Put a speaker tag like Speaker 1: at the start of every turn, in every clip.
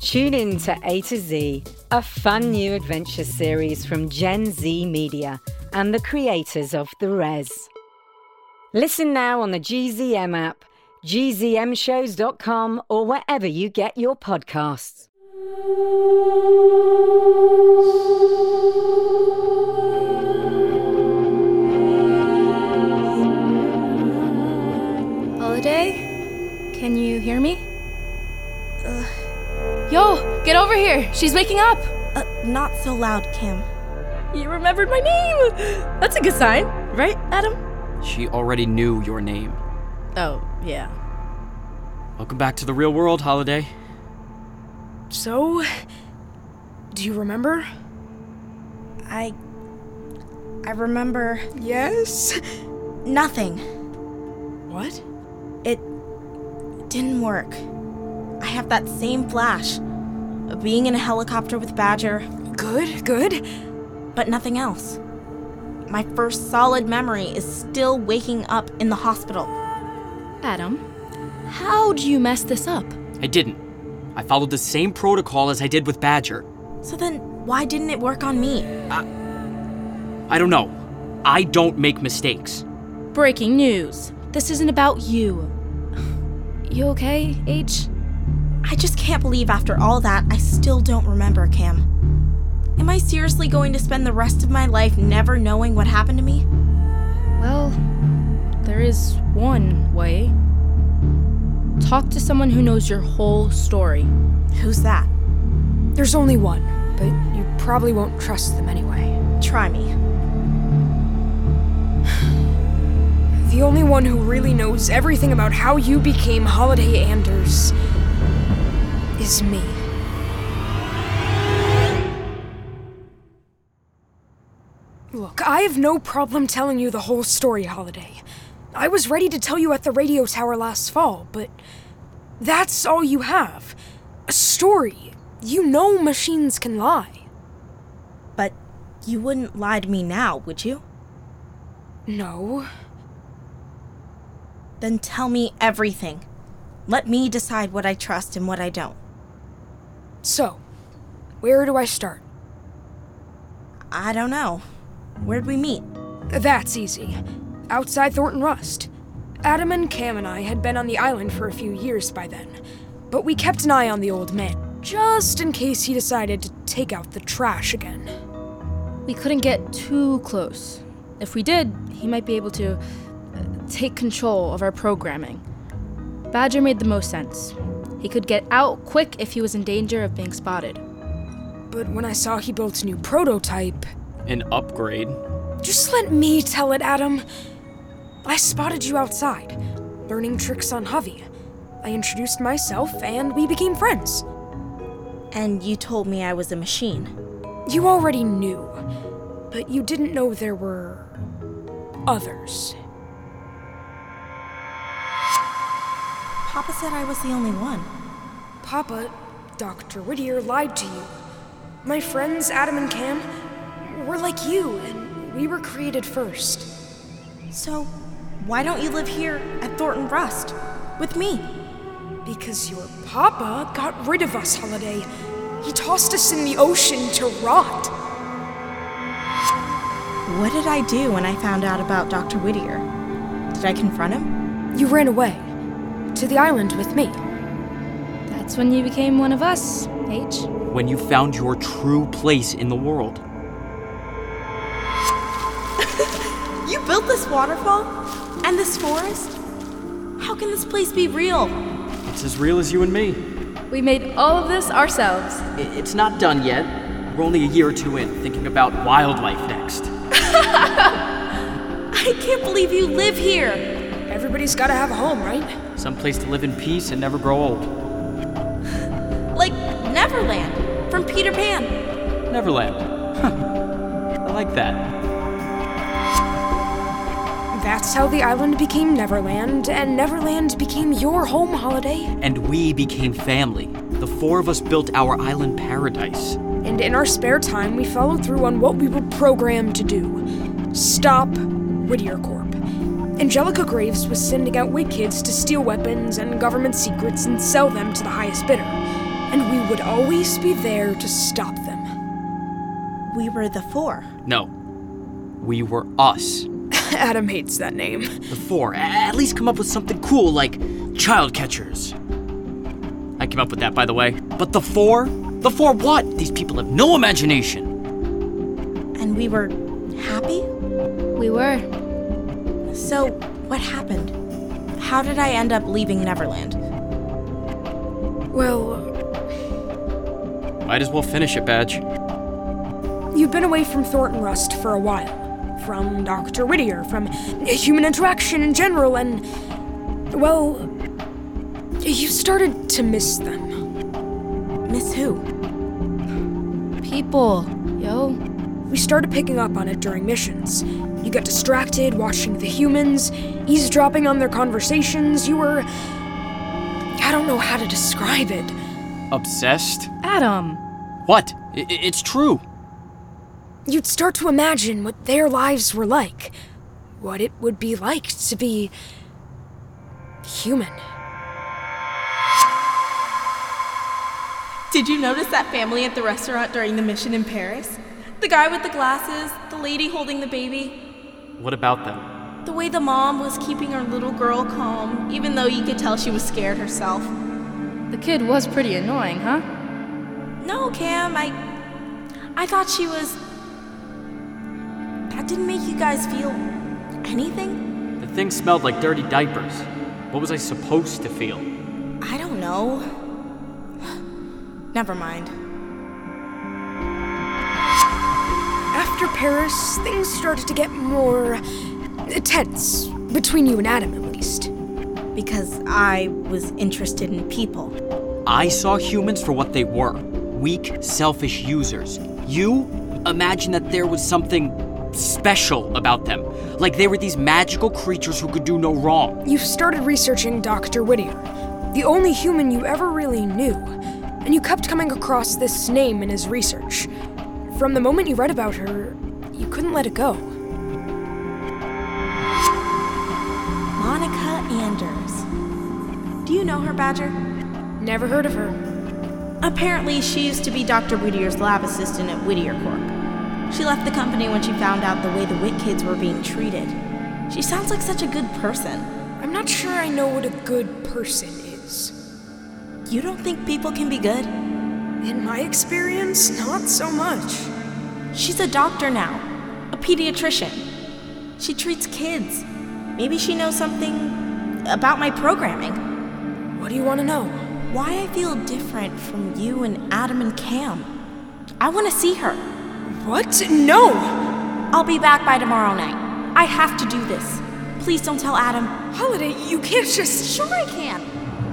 Speaker 1: Tune in to A to Z, a fun new adventure series from Gen Z Media and the creators of The Res. Listen now on the GZM app, gzmshows.com, or wherever you get your podcasts.
Speaker 2: Holiday? Can you hear me? Yo, get over here! She's waking up!
Speaker 3: Uh, not so loud, Kim.
Speaker 2: You remembered my name! That's a good sign, right, Adam?
Speaker 4: She already knew your name.
Speaker 2: Oh, yeah.
Speaker 4: Welcome back to the real world, Holiday.
Speaker 2: So, do you remember?
Speaker 3: I. I remember
Speaker 2: Yes.
Speaker 3: nothing.
Speaker 2: What?
Speaker 3: It didn't work. I have that same flash of being in a helicopter with Badger,
Speaker 2: Good, good.
Speaker 3: but nothing else. My first solid memory is still waking up in the hospital.
Speaker 2: Adam, how'd you mess this up?
Speaker 4: I didn't. I followed the same protocol as I did with Badger.
Speaker 3: So then, why didn't it work on me?
Speaker 4: I don't know. I don't make mistakes.
Speaker 2: Breaking news. This isn't about you. You okay, H?
Speaker 3: I just can't believe after all that, I still don't remember, Cam. Am I seriously going to spend the rest of my life never knowing what happened to me?
Speaker 2: Well, there is one way. Talk to someone who knows your whole story.
Speaker 3: Who's that?
Speaker 5: There's only one, but you probably won't trust them anyway.
Speaker 3: Try me.
Speaker 5: The only one who really knows everything about how you became Holiday Anders is me. Look, I have no problem telling you the whole story, Holiday. I was ready to tell you at the radio tower last fall, but that's all you have a story. You know machines can lie.
Speaker 3: But you wouldn't lie to me now, would you?
Speaker 5: No,
Speaker 3: Then tell me everything. Let me decide what I trust and what I don't.
Speaker 5: So, where do I start?
Speaker 3: I don't know. Where'd we meet?
Speaker 5: That's easy. Outside Thornton Rust. Adam and Cam and I had been on the island for a few years by then, but we kept an eye on the old man, just in case he decided to take out the trash again.
Speaker 2: We couldn't get too close. If we did, he might be able to uh, take control of our programming. Badger made the most sense. He could get out quick if he was in danger of being spotted.
Speaker 5: But when I saw he built a new prototype.
Speaker 4: An upgrade?
Speaker 5: Just let me tell it, Adam. I spotted you outside, learning tricks on Javi. I introduced myself, and we became friends.
Speaker 3: And you told me I was a machine.
Speaker 5: You already knew, but you didn't know there were. others.
Speaker 3: Papa said I was the only one.
Speaker 5: Papa, Dr. Whittier lied to you. My friends, Adam and Cam, were like you, and we were created first.
Speaker 3: So, why don't you live here at Thornton Rust with me?
Speaker 5: Because your Papa got rid of us, Holiday. He tossed us in the ocean to rot.
Speaker 3: What did I do when I found out about Dr. Whittier? Did I confront him?
Speaker 5: You ran away. To the island with me.
Speaker 2: That's when you became one of us, H.
Speaker 4: When you found your true place in the world.
Speaker 3: You built this waterfall? And this forest? How can this place be real?
Speaker 4: It's as real as you and me.
Speaker 2: We made all of this ourselves.
Speaker 4: I- It's not done yet. We're only a year or two in, thinking about wildlife next.
Speaker 3: I can't believe you live here!
Speaker 5: Everybody's gotta have a home, right?
Speaker 4: Someplace to live in peace and never grow old.
Speaker 3: like Neverland from Peter
Speaker 4: Neverland. I like that.
Speaker 5: That's how the island became Neverland, and Neverland became your home holiday.
Speaker 4: And we became family. The four of us built our island paradise.
Speaker 5: And in our spare time, we followed through on what we were programmed to do stop Whittier Corp. Angelica Graves was sending out Whit kids to steal weapons and government secrets and sell them to the highest bidder. And we would always be there to stop them.
Speaker 3: We were the four.
Speaker 4: No. We were us.
Speaker 5: Adam hates that name.
Speaker 4: The four. A- At least come up with something cool like child catchers. I came up with that, by the way. But the four? The four what? These people have no imagination.
Speaker 3: And we were happy?
Speaker 2: We were.
Speaker 3: So, what happened? How did I end up leaving Neverland?
Speaker 5: Well,
Speaker 4: Might as well finish it, Badge.
Speaker 5: you've been away from Thornton Rust for a while. From Dr. Whittier, from human interaction in general, and. Well. You started to miss them.
Speaker 3: Miss who?
Speaker 2: People, yo.
Speaker 5: We started picking up on it during missions. You got distracted watching the humans, eavesdropping on their conversations. You were. I don't know how to describe it.
Speaker 4: Obsessed?
Speaker 2: Adam.
Speaker 4: What? I- I- it's true.
Speaker 5: You'd start to imagine what their lives were like, what it would be like to be. human.
Speaker 3: Did you notice that family at the restaurant during the mission in Paris? The guy with the glasses, the lady holding the baby,
Speaker 4: What about them?
Speaker 3: the way the mom was keeping her little girl calm, even though you could tell she was scared herself.
Speaker 2: The kid was pretty annoying, huh?
Speaker 3: No, Cam, I. I thought she was. That didn't make you guys feel anything?
Speaker 4: The thing smelled like dirty diapers. What was I supposed to feel?
Speaker 3: I don't know. Never mind.
Speaker 5: After Paris, things started to get more. tense, between you and Adam at least.
Speaker 3: Because I was interested in people.
Speaker 4: I saw humans for what they were weak, selfish users. You imagine that there was something special about them, like they were these magical creatures who could do no wrong.
Speaker 5: You started researching Dr. Whittier, the only human you ever really knew, and you kept coming across this name in his research. From the moment you read about her, you couldn't let it go.
Speaker 3: Monica Anders. Do you know her, Badger?
Speaker 5: Never heard of her.
Speaker 3: Apparently, she used to be Dr. Whittier's lab assistant at Whittier Corp. She left the company when she found out the way the Witt kids were being treated. She sounds like such a good person.
Speaker 5: I'm not sure I know what a good person is.
Speaker 3: You don't think people can be good?
Speaker 5: In my experience, not so much.
Speaker 3: She's a doctor now, a pediatrician. She treats kids. Maybe she knows something about my programming.
Speaker 5: What do you want to know?
Speaker 3: Why I feel different from you and Adam and Cam. I want to see her.
Speaker 5: What? No!
Speaker 3: I'll be back by tomorrow night. I have to do this. Please don't tell Adam.
Speaker 5: Holiday, you can't just.
Speaker 3: Sure, I can.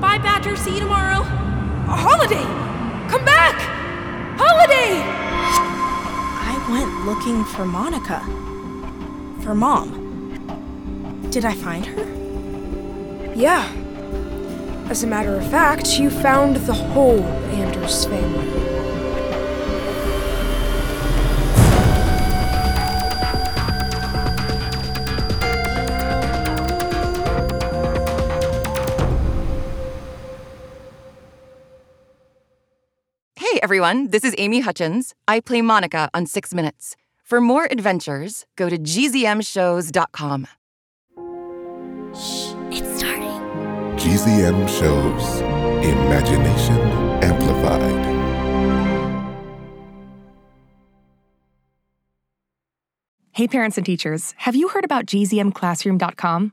Speaker 3: Bye, Badger. See you tomorrow.
Speaker 5: Holiday! Come back! Holiday!
Speaker 3: I went looking for Monica. For mom. Did I find her?
Speaker 5: Yeah. As a matter of fact, you found the whole Anders family.
Speaker 6: Hey everyone, this is Amy Hutchins. I play Monica on 6 Minutes. For more adventures, go to gzmshows.com.
Speaker 7: GZM shows Imagination Amplified.
Speaker 8: Hey, parents and teachers, have you heard about gzmclassroom.com?